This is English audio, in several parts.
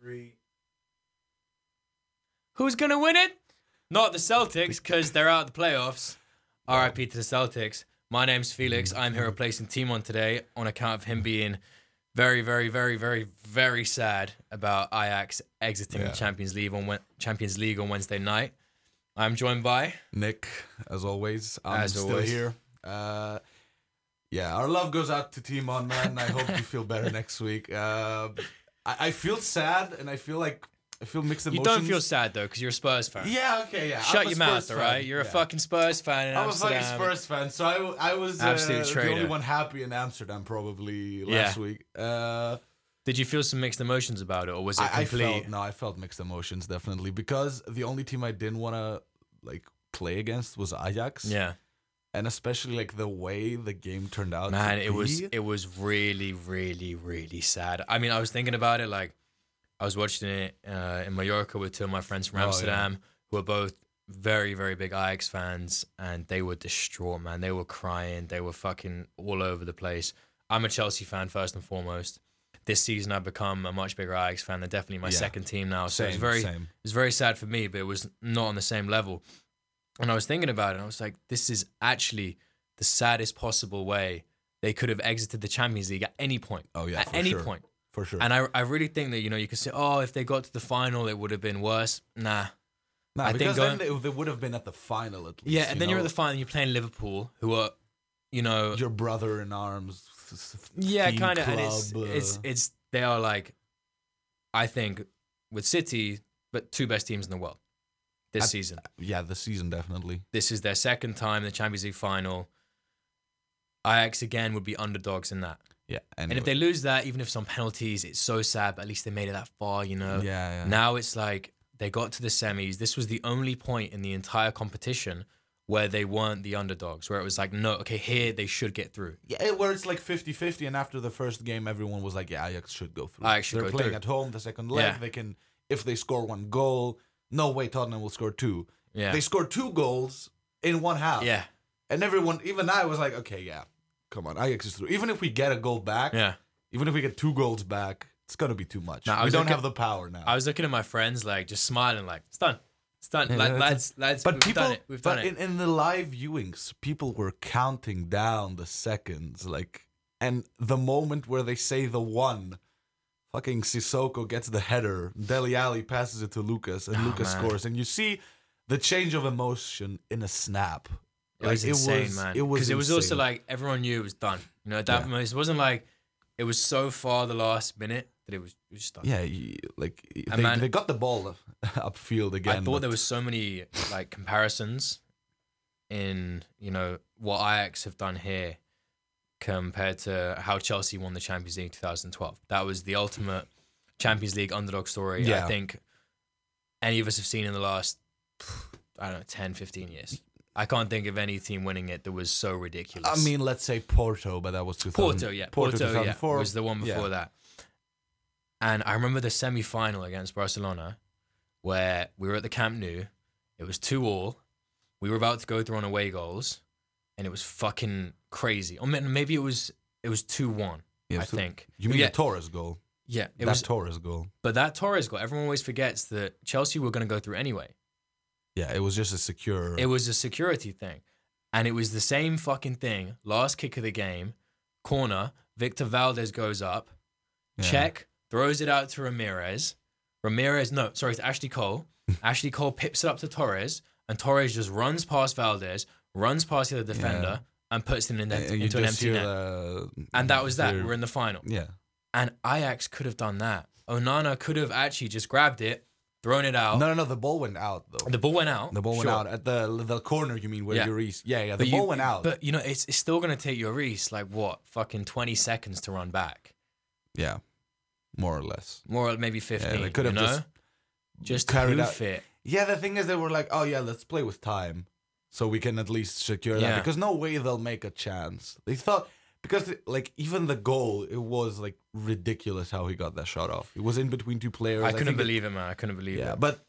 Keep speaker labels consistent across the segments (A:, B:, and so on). A: three.
B: Who's going to win it? Not the Celtics, because they're out of the playoffs. RIP to the Celtics. My name's Felix. I'm here replacing Timon today on account of him being very, very, very, very, very sad about Ajax exiting
C: Yeah.
B: the Champions League on Wed- Champions League on Wednesday night. I'm joined by
C: Nick, as always, I'm
B: As
C: still
B: always.
C: here. Uh, yeah, our love goes out to Team On Man. I hope you feel better next week. Uh, I, I feel sad and I feel like I feel mixed
B: you.
C: emotions.
B: Don't feel sad though, because you're a Spurs fan.
C: Yeah, okay, yeah.
B: Shut
C: I'm a
B: your mouth,
C: Spurs
B: all
C: fan.
B: right? You're a
C: Yeah.
B: fucking Spurs fan. In
C: I'm
B: Amsterdam.
C: a fucking Spurs fan, so I, w- I was uh,
B: Absolute
C: the only
B: traitor.
C: one happy in Amsterdam probably last
B: Yeah.
C: week. Uh,
B: Did you feel some mixed emotions about it, or was it
C: I, I
B: complete?
C: felt no, I felt mixed emotions definitely because the only team I didn't want to like play against was Ajax.
B: yeah,
C: and especially like the way the game turned out. to
B: man, it was
C: be.
B: it was really, really, really sad. I mean, I was thinking about it like I was watching it uh, in Mallorca with two of my friends from
C: Oh, yeah.
B: Amsterdam who are both very, very big Ajax fans, and they were distraught, man. They were crying, they were fucking all over the place. I'm a Chelsea fan first and foremost. This season, I've become a much bigger Ajax fan. They're definitely my
C: Yeah.
B: second team now. So
C: same,
B: it's very
C: same.
B: It was very sad for me, but it was not on the same level. And I was thinking about it, and I was like, this is actually the saddest possible way they could have exited the Champions League at any point.
C: Oh yeah,
B: at
C: for
B: any
C: sure.
B: point.
C: for sure.
B: And I, I really think that, you know, you could say, oh, if they got to the final, it would have been worse. Nah.
C: no,
B: I think
C: because
B: going-
C: then they, they would have been at the final at least.
B: Yeah, and
C: you
B: then you're at
C: know?
B: the final, and you're playing Liverpool, who are, you know,
C: Your brother in arms. s- s-
B: yeah,
C: team
B: kind of. And it's,
C: club,
B: it's,
C: uh,
B: it's, they are like, I think, with City, but two best teams in the world this
C: At-
B: season.
C: yeah, the season definitely.
B: This is their second time in the Champions League final. Ajax again would be underdogs in that.
C: Yeah,
B: And if they lose that, even if it's on penalties, it's so sad, but at least they made it that far, you know?
C: yeah, yeah.
B: Now it's like they got to the semis. This was the only point in the entire competition where they weren't the underdogs, where it was like, no, okay, here they should get through.
C: Yeah, where it's like 50-50 and after the first game everyone was like, Yeah, Ajax should go through.
B: Ajax should
C: They're
B: go
C: playing
B: through.
C: at home, the second leg,
B: Yeah.
C: they can if they score one goal, no way Tottenham will score two.
B: Yeah.
C: They scored two goals in one half.
B: yeah.
C: And everyone even I was like, Okay, yeah, come on, Ajax is through. Even if we get a goal back,
B: Yeah.
C: even if we get two goals back, it's gonna be too much.
B: No, I
C: we
B: was
C: don't
B: looking-
C: have the power now.
B: I was looking at my friends, like, just smiling, like, it's done. It's done.
C: Yeah,
B: like,
C: that's-
B: lads, lads,
C: but
B: we've
C: people,
B: done it. We've done
C: but
B: it.
C: In, in the live viewings, people were counting down the seconds, like, and the moment where they say the one, fucking Sissoko gets the header, Deli Ali passes it to Lucas, and
B: Oh,
C: Lucas
B: man.
C: scores, and you see the change of emotion in a snap.
B: It was
C: Like,
B: insane,
C: was-
B: man.
C: It was
B: because it was also
C: insane.
B: like everyone knew it was done. You know, at that
C: Yeah.
B: moment, it wasn't like it was so far the last minute that it was, it was just done.
C: yeah, you- like they,
B: man-
C: they got the ball upfield again.
B: I thought there was so many like comparisons in you know what Ajax have done here compared to how Chelsea won the Champions League in 2012. That was the ultimate Champions League underdog story. I
C: Yeah.
B: think any of us have seen in the last I don't know 10, 15 years. I can't think of any team winning it that was so ridiculous.
C: I mean, let's say Porto, but that was 2000,
B: Porto, yeah.
C: Um, Porto,
B: Porto, yeah,
C: 2004
B: was the one before
C: Yeah.
B: that. And I remember the semi final against Barcelona where we were at the Camp Nou. It was 2 all. We were about to go through on away goals and it was fucking crazy. Or may- maybe it was it was 2 1,
C: Yeah,
B: I
C: so-
B: think.
C: You mean
B: yeah,
C: the Torres goal?
B: yeah, it
C: that
B: was.
C: Torres goal.
B: but that Torres goal, everyone always forgets that Chelsea were going to go through anyway.
C: Yeah, it was just a secure.
B: It was a security thing. And it was the same fucking thing. Last kick of the game, corner, Victor Valdez goes up.
C: yeah.
B: check, throws it out to Ramirez. Ramirez, no, sorry, to Ashley Cole. Ashley Cole pips it up to Torres, and Torres just runs past Valdez, runs past the other defender, and puts it in
C: And-
B: an-
C: and Uh, you
B: into an
C: just
B: empty
C: hear
B: net.
C: the-
B: And that was that.
C: the-
B: We're in the final.
C: yeah,
B: And Ajax could have done that. Onana could have actually just grabbed it, thrown it out.
C: no, no, no. The ball went out though.
B: Oh. The ball went out.
C: The ball went
B: sure.
C: out at the the corner. You mean where
B: Yeah.
C: you're East? Yeah, yeah. The
B: But
C: ball
B: you-
C: went out.
B: But you know, it's, it's still gonna take Lloris like what, fucking twenty seconds to run back,
C: yeah, more or less.
B: more or maybe fifteen.
C: they could
B: you
C: have
B: know?
C: just
B: just
C: carried
B: hoof
C: out-
B: it.
C: Yeah, the thing is, they were like, oh yeah, let's play with time, so we can at least secure that
B: Yeah.
C: because no way they'll make a chance. They thought because like even the goal, it was like ridiculous how he got that shot off. It was in between two players.
B: I couldn't
C: think it-
B: believe it, man. I couldn't believe
C: Yeah,
B: it.
C: but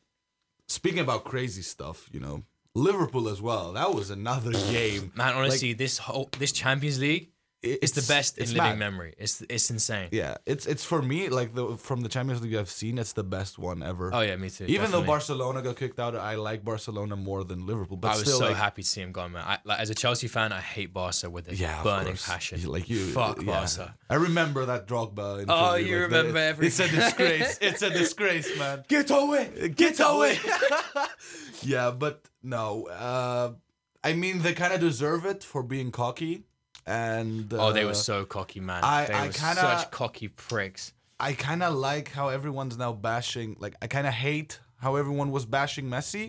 C: speaking about crazy stuff, you know, Liverpool as well. That was another game.
B: Man, honestly, this whole this Champions League It's the best
C: it's
B: in living
C: mad.
B: memory. It's it's insane.
C: Yeah, it's it's for me like the from the Champions League I've seen, it's the best one ever.
B: Oh yeah, me too.
C: Even though
B: definitely.
C: Barcelona got kicked out, I like Barcelona more than Liverpool. But
B: I was
C: still,
B: so
C: like,
B: happy to see him gone, man. I, like, as a Chelsea fan, I hate Barca with a
C: yeah, of
B: burning
C: course.
B: passion.
C: You- Like you,
B: fuck
C: yeah.
B: Barca.
C: I remember that Drogba. Interview.
B: Oh, you
C: like, the-
B: remember
C: It's a
B: everything.
C: disgrace. it's a disgrace, man.
B: Get away!
C: Get away. yeah, but no. Uh, I mean, they kind of deserve it for being cocky, and uh,
B: Oh, they were so cocky, man.
C: I-
B: they
C: I
B: were
C: kinda-
B: such cocky pricks.
C: I kind of like how everyone's now bashing. Like, I kind of hate how everyone was bashing Messi,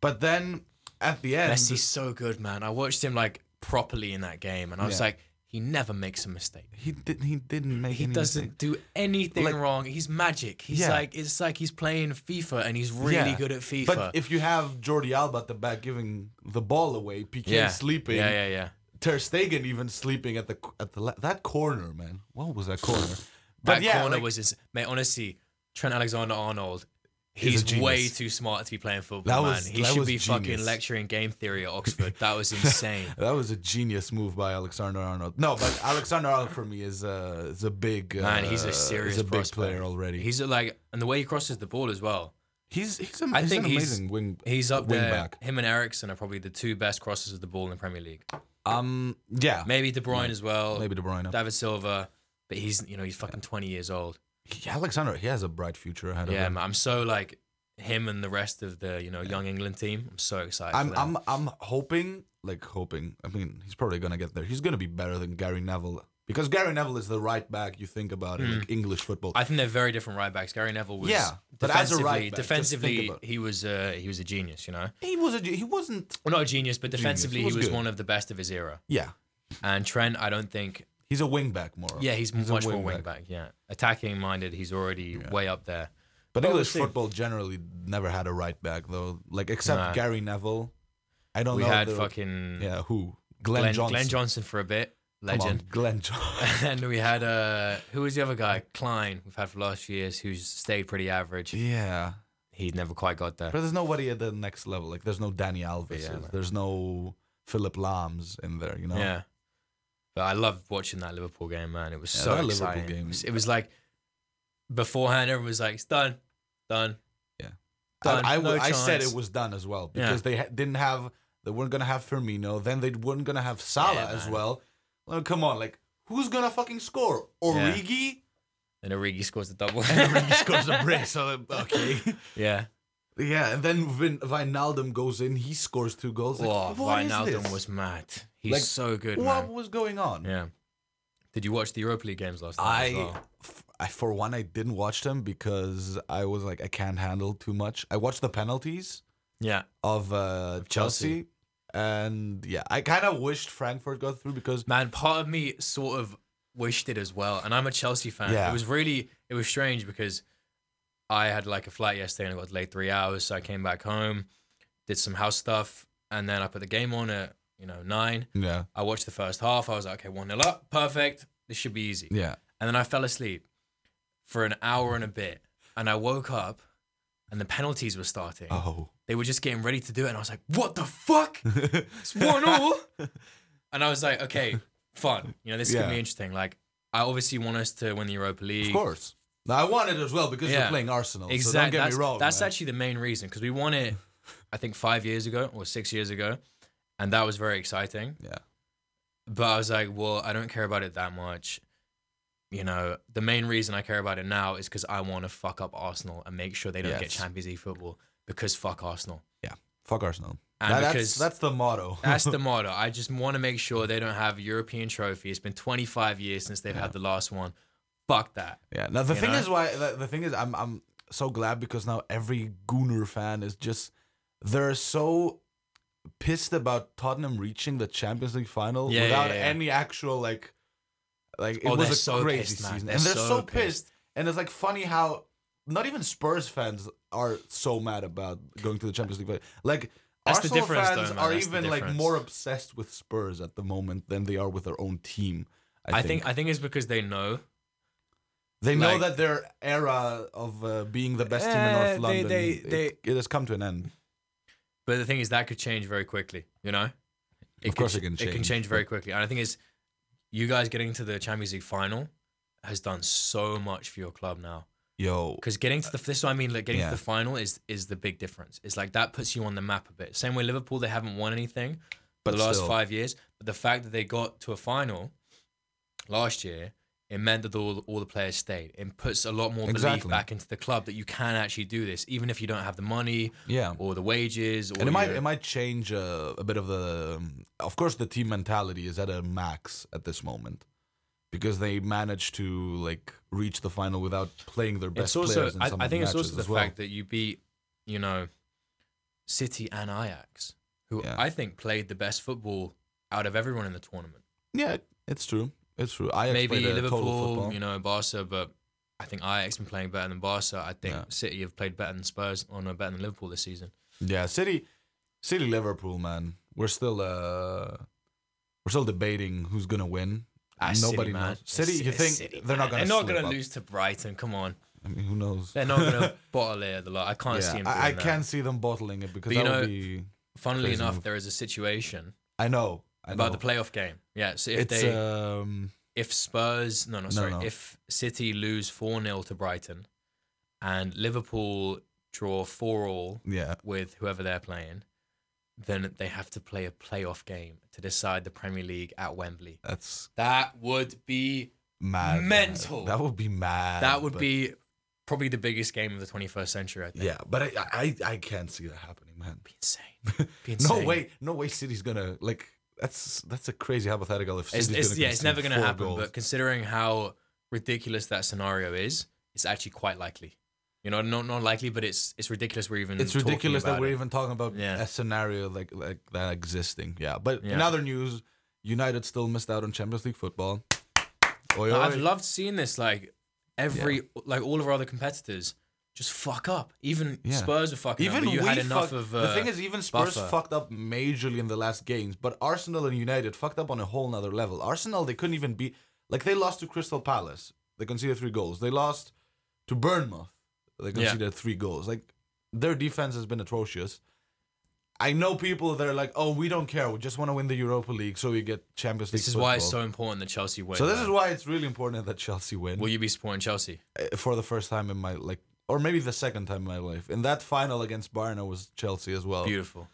C: but then at the end,
B: Messi's so good, man. I watched him like properly in that game, and I was
C: Yeah.
B: like, he never makes a mistake.
C: he didn't. He didn't make.
B: He
C: any
B: doesn't
C: mistake.
B: do anything
C: Like-
B: wrong. He's magic. He's
C: Yeah.
B: like it's like he's playing FIFA and he's really
C: Yeah.
B: good at FIFA.
C: But if you have Jordi Alba at the back giving the ball away, PK
B: yeah,
C: sleeping,
B: Yeah, yeah, yeah.
C: Ter Stegen even sleeping at the at the la- that corner, man. What was that corner? But
B: that
C: yeah,
B: corner
C: like,
B: was his mate. Honestly, Trent Alexander Arnold,
C: He's a
B: he's way
C: genius.
B: too smart to be playing football.
C: That
B: man.
C: was-
B: he
C: that
B: should
C: was
B: be fucking
C: genius.
B: lecturing game theory at Oxford. That was insane.
C: that was a genius move by Alexander Arnold. No, but Alexander Arnold for me is a is a big uh,
B: Man, he's a
C: is
B: serious
C: a big
B: prospect.
C: player already.
B: he's like, and the way he crosses the ball as well.
C: he's he's, a,
B: I
C: he's
B: think
C: an
B: he's-
C: amazing wing.
B: He's up
C: Wing
B: there.
C: back.
B: Him and Ericsson are probably the two best crosses of the ball in the Premier League.
C: Um, yeah,
B: Maybe De Bruyne as well.
C: maybe De Bruyne.
B: David Silva, but he's you know he's fucking twenty years old.
C: He- Alexander, he has a bright future ahead of
B: Yeah,
C: him.
B: man, I'm so like him and the rest of the you know young England team. I'm so excited.
C: I'm
B: for them.
C: I'm I'm hoping, like hoping. I mean, he's probably gonna get there. He's gonna be better than Gary Neville because Gary Neville is the right back. You think about it, like English football.
B: Hmm. I think they're very different right backs. Gary Neville was
C: Yeah, but as a
B: defensively,
C: right back, just think
B: defensively
C: about it.
B: he was uh, he was a genius. You know,
C: he was a ge- he wasn't.
B: well, not a genius, but defensively
C: He was
B: he was
C: good.
B: one of the best of his era.
C: Yeah,
B: And Trent, I don't think.
C: he's a wing back more.
B: Yeah, he's,
C: He's a
B: much
C: wing
B: more wing back. Yeah, attacking minded. He's already way up there.
C: But
B: Well, we'll
C: English
B: see.
C: football generally never had a right back though. Like except
B: Nah.
C: Gary Neville. I don't
B: We
C: know.
B: had
C: the-
B: fucking
C: yeah who Glenn,
B: Glenn, Glenn,
C: Johnson.
B: Johnson. for a bit,
C: Come on,
B: legend.
C: Glenn Johnson.
B: and we had uh who was the other guy? Klein. We've had for the last few years, who's stayed pretty average.
C: yeah,
B: He never quite got there.
C: but there's nobody at the next level. Like there's no Danny Alves.
B: Yeah, man.
C: there's no Philip Lams in there. You know.
B: Yeah. But I loved watching that Liverpool game, man. It was
C: Yeah,
B: so
C: that Liverpool
B: exciting.
C: game-
B: It, was, it was like beforehand, everyone was like, "It's done, done."
C: Yeah.
B: done.
C: I, I,
B: no
C: I said
B: chance."
C: it was done as well
B: Yeah.
C: because they ha- didn't have they weren't gonna have Firmino, then they weren't gonna have Salah
B: Yeah,
C: as
B: man.
C: well. Like, come on, like who's gonna fucking score? Origi.
B: And Origi scores the double.
C: And Origi scores a brace. So okay.
B: yeah.
C: Yeah, and then Vin- Wijnaldum goes in, he scores two goals. Like,
B: Oh,
C: what is
B: Wijnaldum
C: this?
B: was mad. He's
C: Like,
B: so good,
C: What
B: man.
C: was going on?
B: Yeah. Did you watch the Europa League games last night? as
C: I,
B: well?
C: f- I for one, I didn't watch them because I was like, I can't handle too much. I watched the penalties.
B: yeah.
C: of uh, Chelsea.
B: Chelsea.
C: And yeah, I kind of wished Frankfurt got through because
B: Man, part of me sort of wished it as well. And I'm a Chelsea fan.
C: Yeah.
B: It was really it was strange because I had like a flight yesterday and I got delayed three hours, so I came back home, did some house stuff, and then I put the game on at, you know, nine.
C: yeah,
B: I watched the first half. I was like, okay, one nil up, perfect. This should be easy.
C: yeah,
B: And then I fell asleep for an hour and a bit. And I woke up and the penalties were starting.
C: oh,
B: They were just getting ready to do it. And I was like, what the fuck? It's one all. And I was like, okay, fun. You know, this
C: Yeah.
B: could be interesting. Like, I obviously want us to win the Europa League.
C: of course. Now I want it as well because we're
B: Yeah.
C: playing Arsenal. So don't
B: Exactly.
C: get
B: that's
C: me wrong.
B: that's
C: man.
B: actually the main reason because we won it, I think, five years ago or six years ago. And that was very exciting.
C: Yeah.
B: But I was like, well, I don't care about it that much. You know, the main reason I care about it now is because I want to fuck up Arsenal and make sure they don't get
C: Yes.
B: Champions League football because fuck Arsenal.
C: fuck Arsenal.
B: And
C: That- that's
B: because
C: that's the motto.
B: That's the motto. I just want to make sure they don't have a European trophy. It's been 25 years since they've had the last one. Fuck that.
C: yeah. Now the
B: you
C: thing
B: know?
C: is why the, the thing is I'm I'm so glad because now every Gooner fan is just they're so pissed about Tottenham reaching the Champions League final
B: Yeah, yeah,
C: without
B: yeah, yeah.
C: any actual like like it
B: oh,
C: was
B: they're
C: a
B: so
C: crazy
B: pissed, man.
C: season and they're so, pissed
B: pissed.
C: And it's like funny how not even Spurs fans are so mad about going to the Champions League. But like
B: That's the
C: Arsenal
B: difference, though,
C: fans
B: man.
C: are
B: That's the
C: even like
B: difference.
C: more obsessed with Spurs at the moment than they are with their own team. I,
B: I think I think it's because they know.
C: they know
B: like-
C: that their era of uh, being the best team in
B: Eh,
C: North
B: they-
C: London
B: they-
C: it-
B: they-
C: it has come to an end.
B: But the thing is, that could change very quickly. You know,
C: Of course
B: could-
C: it can
B: It can
C: change,
B: change very quickly, and I think it's you guys getting to the Champions League final has done so much for your club now.
C: Yo,
B: Because getting to the this is what I mean, like getting
C: Yeah.
B: to the final is is the big difference. It's like that puts you on the map a bit. Same way Liverpool, they haven't won anything for
C: But
B: the last
C: still.
B: five years. But the fact that they got to a final last year, it meant that all all the players stayed. It puts a lot more
C: Exactly.
B: belief back into the club that you can actually do this, even if you don't have the money
C: yeah.
B: or the wages. Or
C: And it might
B: your-
C: it might change uh, a bit of the. um, of course, the team mentality is at a max at this moment because they managed to like reach the final without playing their best
B: it's also
C: players in
B: I,
C: some
B: I
C: of the
B: think it's
C: matches
B: also the
C: as well.
B: fact that you beat you know city and ajax who
C: Yeah.
B: i think played the best football out of everyone in the tournament
C: yeah, it's true. It's true. I
B: maybe
C: played a total
B: liverpool
C: football.
B: you know barca but i think ajax been playing better than barca i think
C: Yeah.
B: city have played better than spurs or no better than liverpool this season
C: Yeah, City, City, Liverpool, man. We're still uh, we're still debating who's gonna win.
B: Ah,
C: Nobody
B: City, man.
C: knows. City,
B: It's-
C: you
B: it's
C: think
B: City,
C: they're not
B: man.
C: gonna?
B: They're not
C: slip
B: gonna
C: up.
B: lose to Brighton. Come on,
C: I mean, who knows?
B: they're not gonna bottle it at the lot. I can't see
C: yeah,
B: him. Doing
C: I, I
B: that.
C: can see them bottling it because
B: But you
C: that would
B: know-
C: be.
B: Funnily
C: Crazy
B: enough,
C: move.
B: there is a situation
C: I know. I know.
B: about the playoff game. Yeah, so if
C: it's
B: they
C: um.
B: if Spurs no no sorry
C: no.
B: if City lose four 0 to Brighton, and Liverpool draw four all
C: Yeah.
B: with whoever they're playing, then they have to play a playoff game to decide the Premier League at Wembley.
C: That's
B: That would be
C: mad. man.
B: Mental.
C: That would be mad.
B: that would
C: but-
B: be probably the biggest game of the 21st century. I think.
C: Yeah, but I, I I can't see that happening, man.
B: Be insane. Be insane.
C: No way. No way. City's gonna like. That's that's a crazy hypothetical. If
B: It's,
C: City's
B: it's,
C: gonna
B: yeah, it's
C: concede
B: never going to
C: four
B: happen.
C: goals.
B: But considering how ridiculous that scenario is, it's actually quite likely. You know, not not likely, but it's it's ridiculous. We're even
C: it's
B: talking
C: ridiculous that
B: about
C: we're
B: it.
C: even talking about
B: Yeah.
C: a scenario like like that existing. Yeah, but in
B: Yeah.
C: other news, United still missed out on Champions League football. Oi,
B: No,
C: oi.
B: I've loved seeing this. Like every, like all of our other competitors just fuck up. Even
C: Yeah.
B: Spurs are fucking. Even
C: even
B: up, but you
C: we
B: had enough of.
C: fucked-
B: Uh,
C: the thing is, even Spurs
B: buffer.
C: fucked up majorly in the last games, but Arsenal and United fucked up on a whole nother level. Arsenal, they couldn't even be like they lost to Crystal Palace. They conceded three goals. They lost to Bournemouth. They
B: Yeah.
C: conceded three goals. Like their defense has been atrocious. I know people that are like, "Oh, we don't care. We just want to win the Europa League, so we get Champions League."
B: this is why it's
C: football."
B: so important that Chelsea win.
C: So this
B: man.
C: is why it's really important that Chelsea win
B: Will you be supporting Chelsea?
C: uh, for the first time in my like, or maybe the second time in my life. In that final against Bayern, I was Chelsea as well.
B: Beautiful.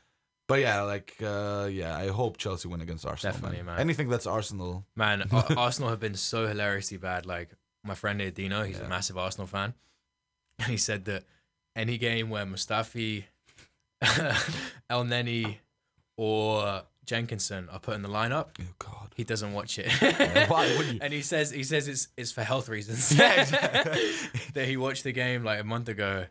C: But yeah, like uh, yeah, I hope Chelsea win against Arsenal.
B: Definitely, man.
C: Anything that's Arsenal.
B: Man, Ar- Arsenal have been so hilariously bad. Like my friend here, Dino, he's a
C: Yeah.
B: massive Arsenal fan, and he said that any game where Mustafi, El Neni, or Jenkinson are put in the lineup,
C: Oh God.
B: he doesn't watch it.
C: Why would you?
B: And he says he says it's it's for health reasons.
C: Yeah, exactly.
B: that he watched the game like a month ago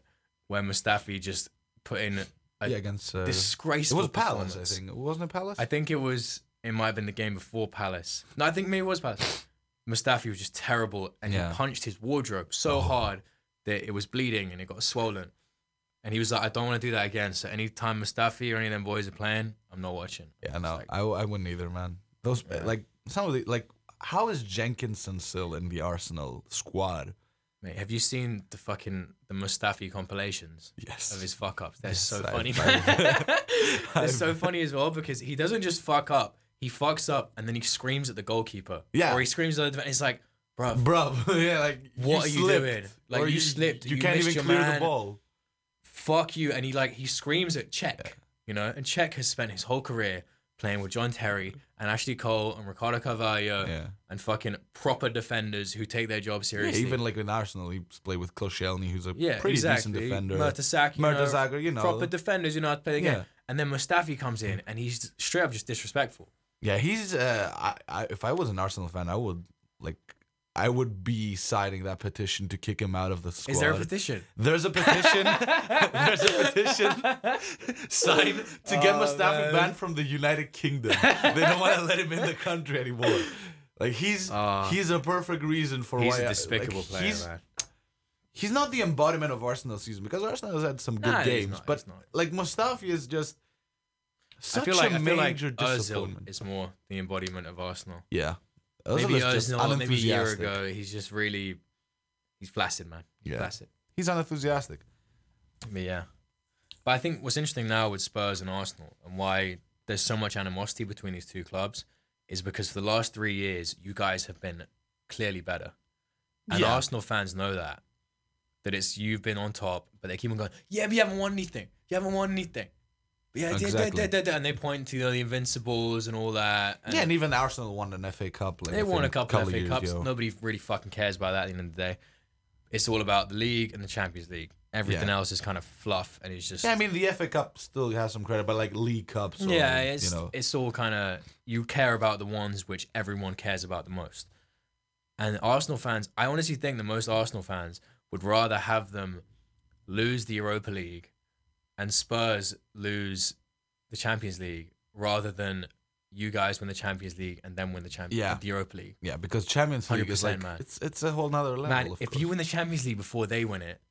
B: where Mustafi just put in a
C: yeah, against uh, it
B: disgraceful.
C: was Palace, I
B: performance.
C: think. Wasn't it Palace?
B: I think it was. It might have been the game before Palace. No, I think maybe it was Palace. Mustafi was just terrible, and
C: Yeah.
B: he punched his wardrobe so
C: Oh.
B: hard that it was bleeding and it got swollen. And he was like, "I don't want to do that again." So anytime Mustafi or any of them boys are playing, I'm not watching.
C: yeah, no,
B: It's like-
C: I, I wouldn't either, man. Those
B: Yeah.
C: like some of the like, how is Jenkinson still in the Arsenal squad?
B: Mate, have you seen the fucking the Mustafi compilations?
C: Yes.
B: of his fuck ups. They're
C: Yes,
B: so
C: I've-
B: funny.
C: I've-
B: They're so funny as well because he doesn't just fuck up. He fucks up and then he screams at the goalkeeper.
C: Yeah.
B: Or he screams at the and it's like, bro,
C: Bro, yeah, like
B: What are
C: you
B: you
C: slipped,
B: doing? Like,
C: or
B: you slipped,
C: You,
B: you
C: can't
B: missed
C: even
B: your
C: clear the
B: man.
C: ball.
B: fuck you. And he like he screams at Czech, you know, and Czech has spent his whole career playing with John Terry and Ashley Cole and Ricardo Carvalho
C: Yeah.
B: and fucking proper defenders who take their job
C: Yeah,
B: seriously.
C: even like in Arsenal, he played with Koscielny, who's a
B: yeah,
C: pretty
B: exactly.
C: decent defender.
B: Mertesacker, you know,
C: Mertesacker, you know,
B: proper defenders, you know, how to play the
C: Yeah.
B: game. And then Mustafi comes in and he's straight up just disrespectful.
C: Yeah, he's. Uh, I, I, if I was an Arsenal fan, I would like. I would be signing that petition to kick him out of the squad.
B: Is there a petition?
C: There's a petition. There's a petition signed to get
B: Oh,
C: Mustafi
B: man.
C: banned from the United Kingdom. they don't want to let him in the country anymore. Like he's
B: Ah.
C: he's a perfect reason for
B: He's
C: why
B: a
C: I- like,
B: despicable player,
C: He's,
B: man.
C: he's not the embodiment of Arsenal season because Arsenal has had some good
B: Nah, he's
C: games,
B: not,
C: but
B: he's not.
C: like Mustafi is just
B: I
C: such
B: feel like
C: a
B: I feel like
C: major disappointment.
B: Ozil is more the embodiment of Arsenal.
C: Yeah.
B: Maybe
C: Ozil is just
B: Ozil, maybe a year
C: unenthusiastic.
B: ago, he's just really he's flaccid, man. He's
C: Yeah.
B: flaccid.
C: He's unenthusiastic.
B: But yeah. But I think what's interesting now with Spurs and Arsenal and why there's so much animosity between these two clubs is because for the last three years, you guys have been clearly better. And
C: Yeah.
B: Arsenal fans know that. That it's you've been on top, but they keep on going, yeah, but you haven't won anything. You haven't won anything. But yeah, da- da-
C: Exactly.
B: da- da- da," and they point to the Invincibles and all that. And
C: yeah, and even Arsenal won an FA Cup. Like,
B: they
C: I
B: won a
C: think,
B: couple, of FA
C: years
B: Cups.
C: ago.
B: Nobody really fucking cares about that at the end of the day. It's all about the league and the Champions League. Everything
C: Yeah.
B: else is kind of fluff, and it's just
C: Yeah, I mean the FA Cup still has some credit, but like League Cups, or,
B: yeah, it's
C: you know,
B: it's all kind of you care about the ones which everyone cares about the most. And Arsenal fans, I honestly think that most Arsenal fans would rather have them lose the Europa League and Spurs lose the Champions League rather than you guys win the Champions League and then win the Champions
C: Yeah.
B: the Europa League.
C: yeah, because Champions League is
B: 100%,
C: like
B: man.
C: it's it's a whole nother level.
B: Man,
C: of
B: if
C: course.
B: you win the Champions League before they win it,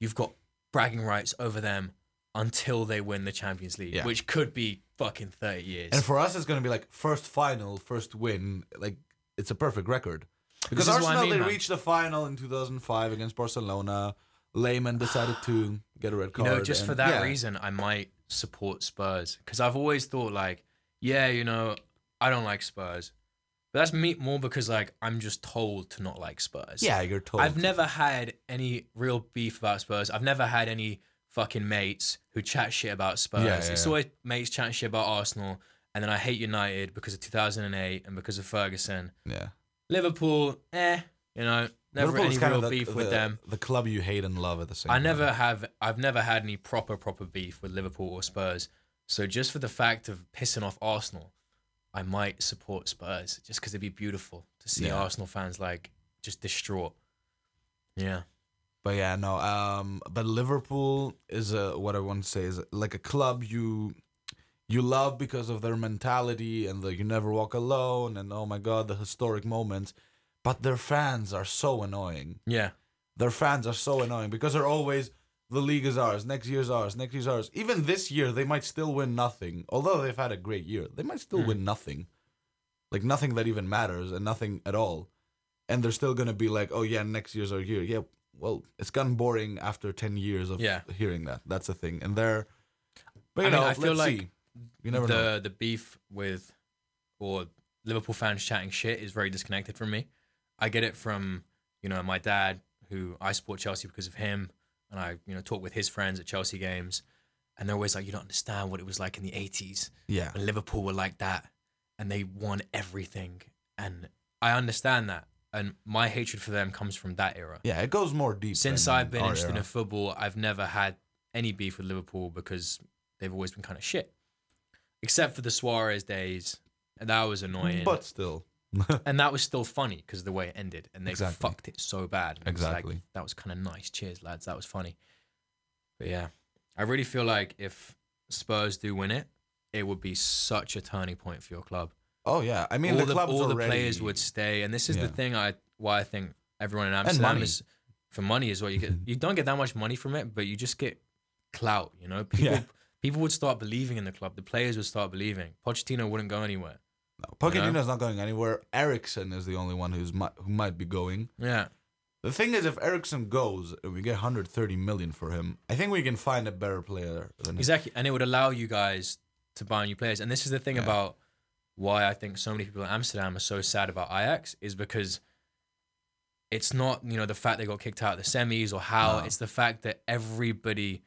B: you've got bragging rights over them until they win the Champions League,
C: Yeah.
B: which could be fucking 30 years.
C: and for us, it's gonna be like first final, first win, like it's a perfect record. Because
B: is what I
C: Arsenal
B: mean,
C: they
B: man.
C: reached the final in 2005 against Barcelona. Lehman decided to get a red card.
B: You know, just for
C: and-
B: that
C: yeah.
B: reason, I might support Spurs because I've always thought like, yeah, you know, I don't like Spurs, but that's me more because like I'm just told to not like Spurs.
C: Yeah, you're told.
B: I've never had any real beef about Spurs. I've never had any fucking mates who chat shit about Spurs.
C: Yeah, yeah,
B: it's
C: yeah.
B: always mates chatting shit about Arsenal, and then I hate United because of 2008 and because of Ferguson.
C: Yeah,
B: Liverpool, eh, you know, never
C: Liverpool is
B: any
C: kind
B: real
C: of the-
B: beef with
C: the-
B: them.
C: The club you hate and love at the same.
B: I
C: time.
B: never have. I've never had any proper proper beef with Liverpool or Spurs. So just for the fact of pissing off Arsenal, I might support Spurs just because it'd be beautiful to see
C: Yeah.
B: Arsenal fans like just distraught. Yeah,
C: But yeah, no. Um, but Liverpool is a what I want to say is like a club you you love because of their mentality and the you never walk alone and oh my god the historic moments. But their fans are so annoying.
B: yeah,
C: Their fans are so annoying because they're always the league is ours, next year's ours, next year's ours. Even this year they might still win nothing. Although they've had a great year, they might still
B: Mm.
C: win nothing. Like nothing that even matters and nothing at all and they're still gonna be like, oh yeah, next year's our year. Yeah, well, it's gotten boring after ten years of
B: Yeah.
C: hearing that. That's the thing. And they're, but
B: I
C: you
B: mean,
C: know,
B: I feel
C: let's
B: like
C: see. You never
B: the
C: know.
B: the beef with or Liverpool fans chatting shit is very disconnected from me. I get it from you know my dad, who I support Chelsea because of him, and I you know talk with his friends at Chelsea games, and they're always like, you don't understand what it was like in the eighties.
C: Yeah,
B: when Liverpool were like that and they won everything. And I understand that. And my hatred for them comes from that era.
C: yeah, it goes more deep.
B: Since
C: than
B: I've been
C: our
B: interested
C: era.
B: in football, I've never had any beef with Liverpool because they've always been kind of shit. Except for the Suarez days. And that was annoying.
C: Mm, but still,
B: and that was still funny because of the way it ended. And they
C: Exactly.
B: fucked it so bad. And it was like,
C: Exactly.
B: that was kind of nice. Cheers, lads. That was funny. But yeah, I really feel like if Spurs do win it, it would be such a turning point for your club
C: oh yeah, I mean
B: all
C: the,
B: the,
C: clubs
B: all the
C: already-
B: players would stay. And this is the
C: Yeah.
B: thing I why I think everyone in Amsterdam
C: money.
B: is for money is what you get. you don't get that much money from it, but you just get clout. You know, people
C: Yeah.
B: people would start believing in the club. The players would start believing. Pochettino wouldn't go anywhere.
C: No, Pochettino's not going anywhere. Ericsson is the only one who's mi- who might be going.
B: Yeah,
C: The thing is, if Ericsson goes and we get 130 million for him, I think we can find a better player than him.
B: exactly. And it would allow you guys to buy new players. And this is the thing
C: Yeah.
B: about why I think so many people in Amsterdam are so sad about Ajax is because. It's not, you know, the fact they got kicked out of the semis or how.
C: No.
B: It's the fact that everybody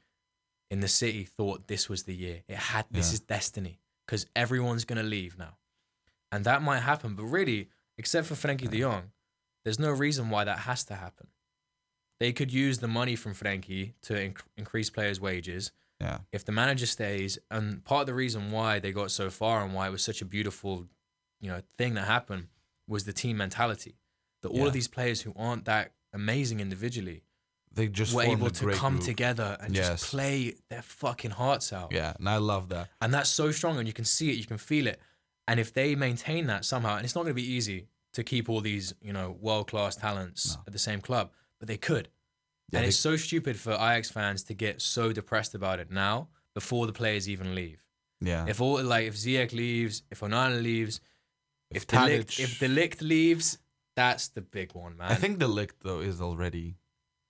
B: in the city thought this was the year. It had this
C: Yeah.
B: is destiny because everyone's gonna leave now, and that might happen. But really, except for Frankie De Jong, there's no reason why that has to happen. They could use the money from Frankie to inc- increase players' wages.
C: Yeah.
B: If the manager stays, and part of the reason why they got so far and why it was such a beautiful, you know, thing that happened was the team mentality. That all
C: Yeah.
B: of these players who aren't that amazing individually
C: They just
B: were
C: formed
B: able
C: a
B: to
C: great
B: come
C: group.
B: together and
C: Yes.
B: just play their fucking hearts out.
C: Yeah, and I love that.
B: And that's so strong, and you can see it, you can feel it. And if they maintain that somehow, and it's not going to be easy to keep all these, you know, world class talents
C: No.
B: at the same club, but they could.
C: Yeah,
B: and
C: they-
B: it's so stupid for Ajax fans to get so depressed about it now before the players even leave.
C: Yeah.
B: If all like if Ziyech leaves, if Onana leaves, if
C: Tadic-
B: Delict, if Delict leaves, that's the big one, man.
C: I think Delict though is already.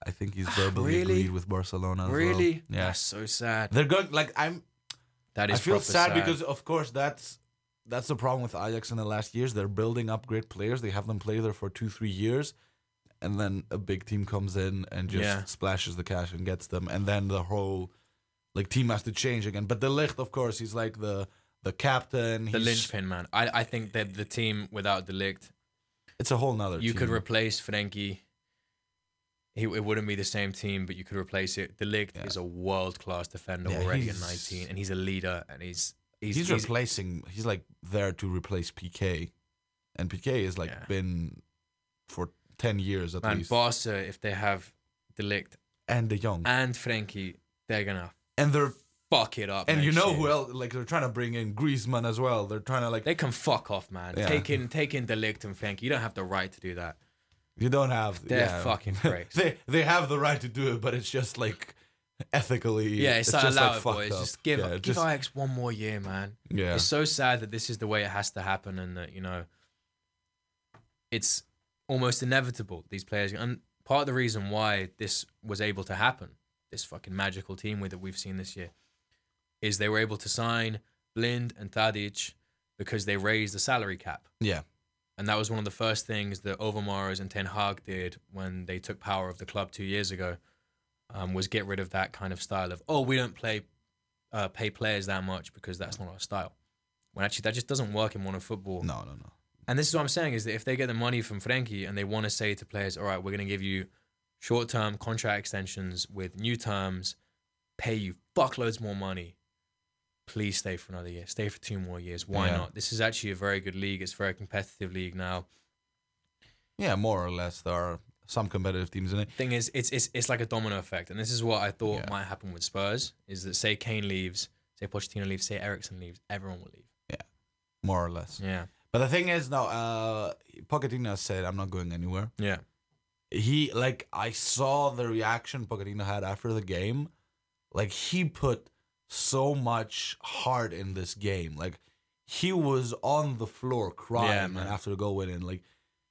C: I think he's verbally
B: Really?
C: agreed with Barcelona. as well.
B: really,
C: Yeah.
B: that's so sad.
C: They're going like I'm.
B: That
C: I
B: is
C: feel
B: proper
C: sad, because of course that's that's the problem with Ajax in the last years. They're building up great players. They have them play there for two, three years, and then a big team comes in and just
B: Yeah.
C: splashes the cash and gets them. And then the whole like team has to change again. But De Ligt, of course, he's like the the captain.
B: The
C: he's,
B: linchpin man. I, I think that the team without the Ligt,
C: It's a whole nother.
B: you could
C: team.
B: replace Frenkie. He, it wouldn't be the same team, but you could replace it. The Ligt
C: Yeah.
B: is a world class defender
C: Yeah,
B: already at
C: he's-
B: 19, and he's a leader, and he's he's,
C: he's,
B: he's,
C: replacing. He's like there to replace PK, and PK has like
B: Yeah.
C: been for ten years at
B: man
C: least,
B: Barca. If they have the Ligt
C: and the young,
B: and Frenkie, they're gonna
C: and they're
B: fuck it up.
C: and you
B: next
C: know
B: year.
C: who else? Like they're trying to bring in Griezmann as well. They're trying to like
B: They can fuck off, man.
C: Yeah.
B: Taking taking the Ligt and Frenkie, you don't have the right to do that.
C: You don't have.
B: They're
C: yeah.
B: fucking pricks.
C: they they have the right to do it, but it's just like ethically.
B: Yeah, it's, not
C: just
B: allowed, boys.
C: like fucked up.
B: Just give
C: yeah,
B: give
C: just-
B: Ajax one more year, man.
C: yeah.
B: It's so sad that this is the way it has to happen, and that you know, it's almost inevitable. These players, and part of the reason why this was able to happen, this fucking magical team with that we've seen this year, is they were able to sign Blind and Tadic because they raised the salary cap.
C: Yeah.
B: And that was one of the first things that Overmars and Ten Hag did when they took power of the club two years ago, um, was get rid of that kind of style of oh we don't play, uh, pay players that much because that's not our style. When actually that just doesn't work in modern football.
C: No, no, no.
B: And this is what I'm saying is that if they get the money from Frankie and they want to say to players, all right, we're going to give you short term contract extensions with new terms, pay you fuckloads more money. Please stay for another year. Stay for two more years. Why
C: Yeah.
B: not? This is actually a very good league. It's a very competitive league now.
C: Yeah, more or less there are some competitive teams in it.
B: thing is, it's it's it's like a domino effect, and this is what I thought
C: Yeah.
B: might happen with Spurs. Is that say Kane leaves, say Pochettino leaves, say Ericsson leaves, everyone will leave.
C: More or less.
B: Yeah,
C: But the thing is, no. Uh, Pochettino said, "I'm not going anywhere."
B: yeah,
C: he like I saw the reaction Pochettino had after the game. Like he put so much heart in this game. Like he was on the floor crying
B: Yeah,
C: man,
B: man.
C: after the goal went in. Like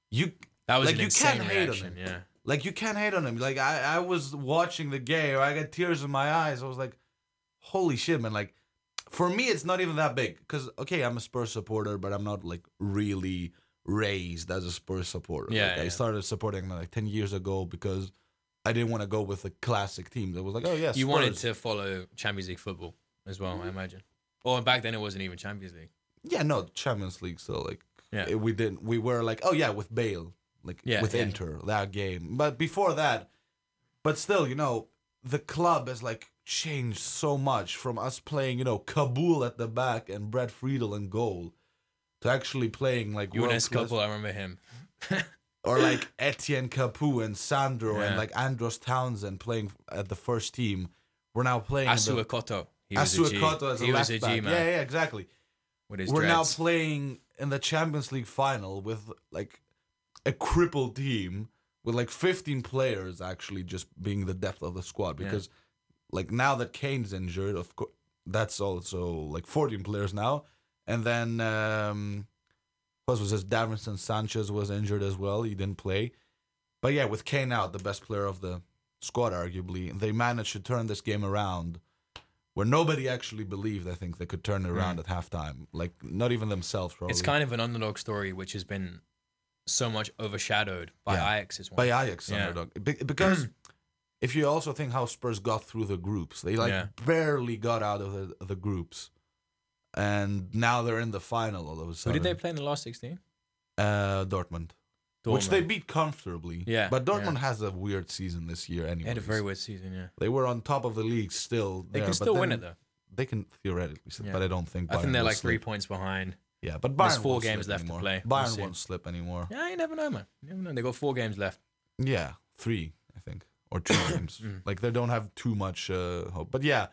C: you
B: that was
C: Like,
B: an
C: you
B: insane
C: can't hate on
B: reaction.
C: him.
B: Yeah,
C: like you can't hate on him. Like I, I was watching the game, I got tears in my eyes. I was like, holy shit, man. Like for me it's not even that big. Cause okay, I'm a Spurs supporter, but I'm not like really raised as a Spurs supporter.
B: Yeah,
C: Like, I
B: yeah.
C: started supporting them, like ten years ago because I didn't want to go with the classic teams. I was like, oh yeah,
B: you
C: Spurs.
B: wanted to follow Champions League football as well,
C: Mm.
B: I imagine. Or back then it wasn't even Champions League.
C: Yeah, no, Champions League. So like,
B: Yeah.
C: it- we didn't. We were like, oh yeah, with Bale, like
B: Yeah,
C: with
B: yeah.
C: Inter that game. But before that, but still, you know, the club has like changed so much from us playing, you know, Kabul at the back and Brad Friedel in goal, to actually playing like
B: Younes
C: world-class-
B: Couple, I remember him.
C: or like Etienne Capu and Sandro and
B: Yeah.
C: like Andros Townsend playing at the first team. We're now playing in the-
B: Asua Koto. He was a G.
C: Asuakoto as a
B: he was
C: left
B: a G
C: back.
B: man
C: Yeah, yeah, exactly
B: with his
C: we're
B: dreads.
C: now playing in the Champions League final with like a crippled team with like 15 players actually just being the depth of the squad
B: Yeah.
C: because like now that Kane's injured of course that's also like 14 players now and then um what was this Davinson Sanchez was injured as well he didn't play but yeah with Kane out the best player of the squad arguably they managed to turn this game around where nobody actually believed I think they could turn it around at halftime like not even themselves probably
B: Mm. it's kind of an underdog story which has been so much overshadowed by
C: Yeah.
B: Ajax's one.
C: by Ajax
B: Yeah.
C: underdog Be- because if you also think how Spurs got through the groups they like
B: Yeah.
C: barely got out of the, the groups and now they're in the final all of a
B: Who
C: sudden
B: did they play in the last 16?
C: uh, Dortmund Which they
B: Dortmund.
C: beat comfortably.
B: Yeah,
C: But
B: yeah.
C: Dortmund has a weird season this year anyway.
B: They had a very weird season, yeah.
C: They were on top of the league still.
B: They
C: there,
B: can
C: but
B: still win
C: then
B: it though.
C: They can theoretically still,
B: Yeah.
C: but I don't think Bayern
B: I think they're
C: will
B: like three
C: slip.
B: points behind.
C: Yeah, but Bayern
B: There's four
C: won't
B: games
C: slip
B: left to
C: anymore.
B: play. We'll
C: Bayern
B: see.
C: won't slip anymore.
B: Yeah, you never know, man. You never know. They got four games left.
C: Yeah, three, I think, or two games.
B: Mm.
C: Like they don't have too much uh, hope. But yeah,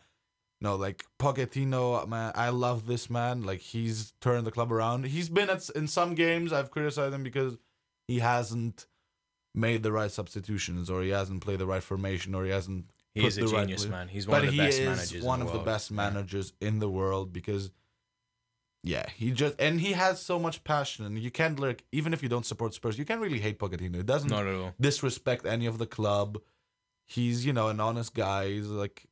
C: no, like Pochettino, man, I love this man. Like he's turned the club around. He's been at in some games. I've criticized him because he hasn't made the right substitutions, or he hasn't played the right formation, or he hasn't.
B: He
C: put
B: is a
C: the right
B: genius,
C: player.
B: man. He's one of the
C: he
B: best
C: is
B: managers. in
C: one
B: the
C: of
B: world.
C: the best
B: Yeah.
C: managers in the world because yeah he just and he has so much passion and you can't like even if you don't support spurs you can't really hate pochettino it doesn't
B: Not at all.
C: disrespect any of the club he's you know an honest guy he's like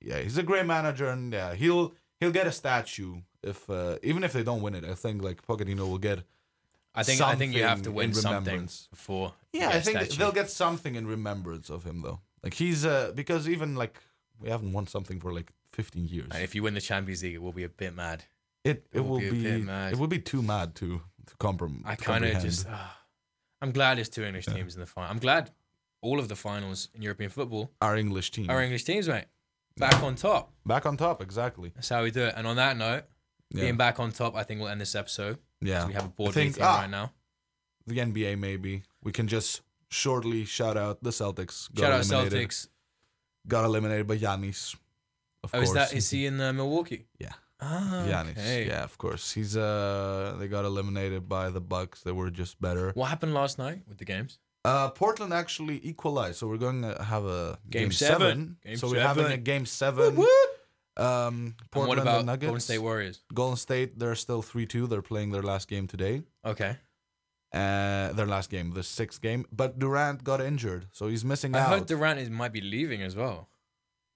C: yeah he's a great manager and yeah he'll he'll get a statue if uh, even if they don't win it, I think like Pochettino will get.
B: I think I think you have to
C: something
B: win
C: in
B: something
C: remembrance.
B: before. you
C: Yeah,
B: get
C: I
B: a
C: think
B: statue.
C: they'll get something in remembrance of him though. Like he's uh, because even like we haven't won something for like 15 years.
B: And if you win the Champions League, it will be a bit mad.
C: it it
B: would
C: will
B: be a
C: be
B: bit mad.
C: it will be too mad to to comprom.
B: I
C: to
B: kind of
C: comprehend.
B: just. ah. I'm glad there's two English teams in the final. I'm glad all of the finals in European football
C: our English team
B: are English teams, mate. Back on top.
C: back on top exactly.
B: That's how we do it. And on that note,
C: Yeah.
B: being back on top, I think we'll end this episode.
C: Yeah,
B: We have a board
C: I think-
B: meeting
C: ah,
B: right now.
C: the NBA maybe we can just shortly shout out the Celtics.
B: Shout out
C: eliminated.
B: Celtics.
C: Got eliminated by Giannis. Of
B: Oh,
C: course.
B: is that is he in uh, Milwaukee?
C: Yeah.
B: Ah,
C: Giannis?
B: okay.
C: Yeah, of course. He's uh, they got eliminated by the Bucks. They were just better.
B: What happened last night with the games?
C: Uh, Portland actually equalized, so we're going to have a
B: Game
C: game,
B: seven.
C: seven.
B: Game
C: so we're having a
B: seven.
C: game seven. Um,
B: And what
C: Portland
B: about
C: and Nuggets.
B: Golden State Warriors?
C: Golden State, they're still three two. They're playing their last game today.
B: Okay.
C: Uh, their last game, the sixth game. But Durant got injured, so he's missing
B: I
C: out.
B: heard Durant is, might be leaving as well.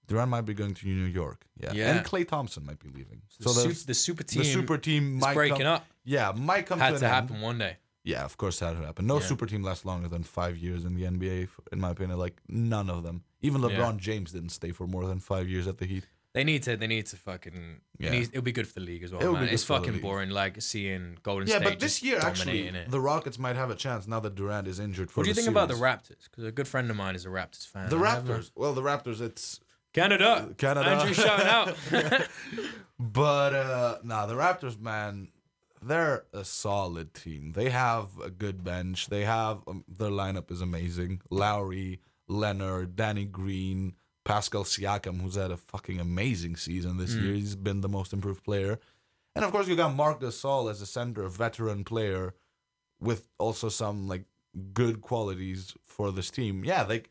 C: Durant might be going to New York. Yeah.
B: Yeah.
C: And Clay Thompson might be leaving.
B: The,
C: So
B: su-
C: the,
B: the super team
C: the super team
B: is
C: might
B: breaking
C: come,
B: up.
C: Yeah, might come
B: Had
C: to,
B: to
C: an
B: happen
C: End.
B: one day.
C: Yeah, of course that had happened. No
B: Yeah.
C: super team lasts longer than five years in the NBA, f- in my opinion. Like none of them. Even LeBron
B: Yeah.
C: James didn't stay for more than five years at the Heat.
B: They need to. They need to fucking.
C: Yeah.
B: It needs, it'll be good for the league as well,
C: It'll be
B: man.
C: good
B: It's
C: for the
B: fucking
C: league.
B: boring, like seeing Golden
C: yeah,
B: State.
C: but this
B: just
C: year actually,
B: dominating it.
C: the Rockets might have a chance now that Durant is injured. For
B: what do you
C: the
B: think about the
C: series.
B: Raptors? Because a good friend of mine is a Raptors fan.
C: The
B: I have a-
C: Raptors. Well, the Raptors. It's
B: Canada.
C: Canada.
B: Andrew shouting out.
C: But uh nah, the Raptors, man, they're a solid team. They have a good bench. They have um, their lineup is amazing. Lowry, Leonard, Danny Green, Pascal Siakam, who's had a fucking amazing season this
B: Hmm.
C: year. He's been the most improved player. And of course, you got Mark Gasol as a center, a veteran player with also some like good qualities for this team. Yeah, they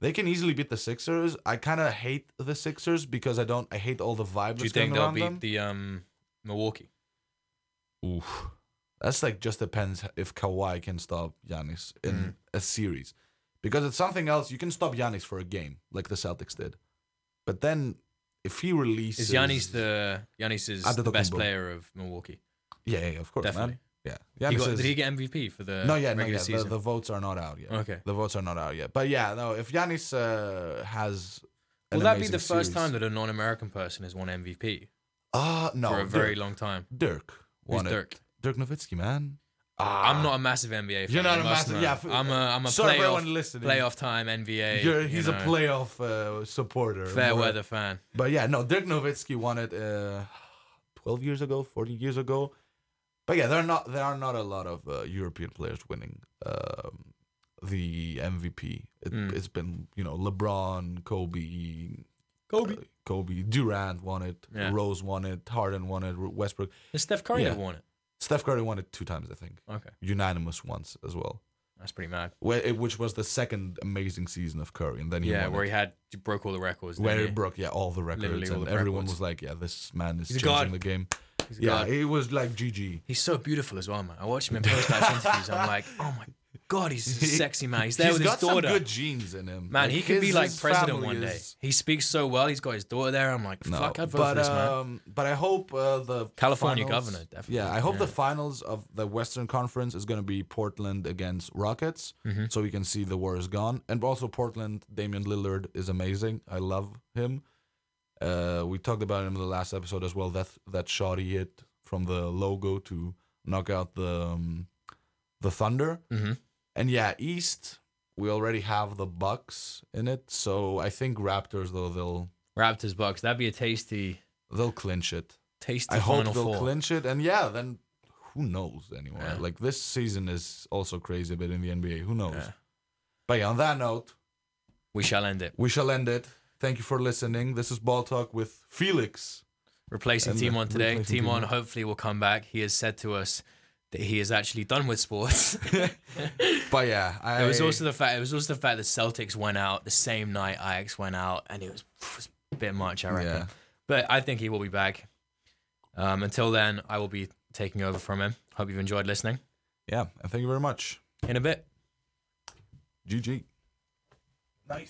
C: they can easily beat the Sixers. I kind of hate the Sixers because I don't. I hate all the vibe.
B: do you
C: that's
B: think
C: going
B: they'll
C: around
B: beat
C: them.
B: the um Milwaukee?
C: Oof. That's like just depends if Kawhi can stop Giannis in
B: Mm.
C: a series. Because it's something else. You can stop Giannis for a game, like the Celtics did. But then if he releases
B: Is Giannis the Giannis is the best
C: Antetokounmpo.
B: player of Milwaukee?
C: Yeah, yeah, yeah, of course,
B: Definitely.
C: man. Yeah.
B: He
C: Giannis
B: got,
C: is,
B: did he get MVP for the
C: no, yeah, no,
B: regular
C: yeah. The,
B: season?
C: the votes are not out yet.
B: Okay.
C: The votes are not out yet. But yeah, no, if Giannis uh, has an
B: Will that be
C: amazing
B: the first
C: series-
B: time that a non-American person has won MVP
C: uh no
B: for a very
C: Dirk,
B: long time?
C: Dirk
B: Who's
C: won it.
B: Dirk?
C: Dirk Nowitzki, man.
B: I'm not a massive NBA fan.
C: You're not
B: I
C: a
B: must
C: massive-
B: know.
C: yeah, f-
B: I'm a I'm a
C: Sorry for
B: playoff
C: everyone listening.
B: playoff time NBA.
C: You're,
B: you
C: he's a
B: know,
C: playoff uh, supporter.
B: fair
C: We're-
B: weather fan.
C: But yeah, no, Dirk Nowitzki won it uh, 12 years ago, 14 years ago. But yeah, there are not there are not a lot of uh, European players winning um, the MVP. It,
B: Mm.
C: It's been you know LeBron, Kobe,
B: Kobe.
C: uh, Kobe, Durant won it,
B: Yeah.
C: Rose won it, Harden won it, Westbrook,
B: Has Steph Curry
C: yeah.
B: ever won it?
C: Steph Curry won it two times, I think,
B: Okay,
C: unanimous once as well,
B: that's pretty mad.
C: Wh- it- which was the second amazing season of Curry, and then he
B: Yeah,
C: won
B: where
C: it.
B: he had he broke all the records. didn't
C: Where
B: he?
C: he broke, yeah, all the records,
B: Literally all
C: and
B: the
C: everyone
B: records.
C: was like, "Yeah, this man is
B: He's a god.
C: changing the game."
B: He's a
C: Yeah,
B: god.
C: it was like GG.
B: He's so beautiful as well, man. I watch him in post-match interviews. I'm like, oh my god, he's a sexy man. He's there
C: He's
B: with
C: got
B: his daughter.
C: some good genes in him.
B: Man, he could be
C: his-
B: like
C: his
B: president
C: family
B: one day.
C: is-
B: He speaks so well. He's got his daughter there. I'm like,
C: No,
B: fuck, I'd vote
C: but
B: for this man.
C: um, but I hope uh, the
B: California
C: finals-
B: governor, definitely.
C: Yeah, I hope the
B: Yeah.
C: finals of the Western Conference is going to be Portland against Rockets,
B: Mm-hmm.
C: so we can see the war is gone. And also Portland, Damian Lillard is amazing. I love him. Uh, we talked about him in the last episode as well. That that shot he hit from the logo to knock out the um, the Thunder.
B: Mhm.
C: And yeah, East we already have the Bucks in it, so I think Raptors though they'll
B: Raptors Bucks. That'd be a tasty,
C: they'll clinch it.
B: tasty
C: I hope
B: final
C: they'll
B: four.
C: clinch it, and yeah, then who knows anymore?
B: Yeah.
C: Like this season is also crazy a bit in the NBA. Who knows?
B: Yeah.
C: But yeah, on that note,
B: We shall end it.
C: we shall end it. Thank you for listening. This is Ball Talk with Felix.
B: Replacing
C: And, uh,
B: Timon today.
C: replacing
B: Timon
C: Timon.
B: hopefully will come back. He has said to us that he is actually done with sports.
C: But yeah, I
B: It was also the fact. It was also the fact that Celtics went out the same night Ajax went out, and it was, it was a bit much, I reckon.
C: Yeah.
B: But I think he will be back. Um, until then, I will be taking over from him. Hope you've enjoyed listening.
C: yeah, and thank you very much.
B: In a bit.
C: GG.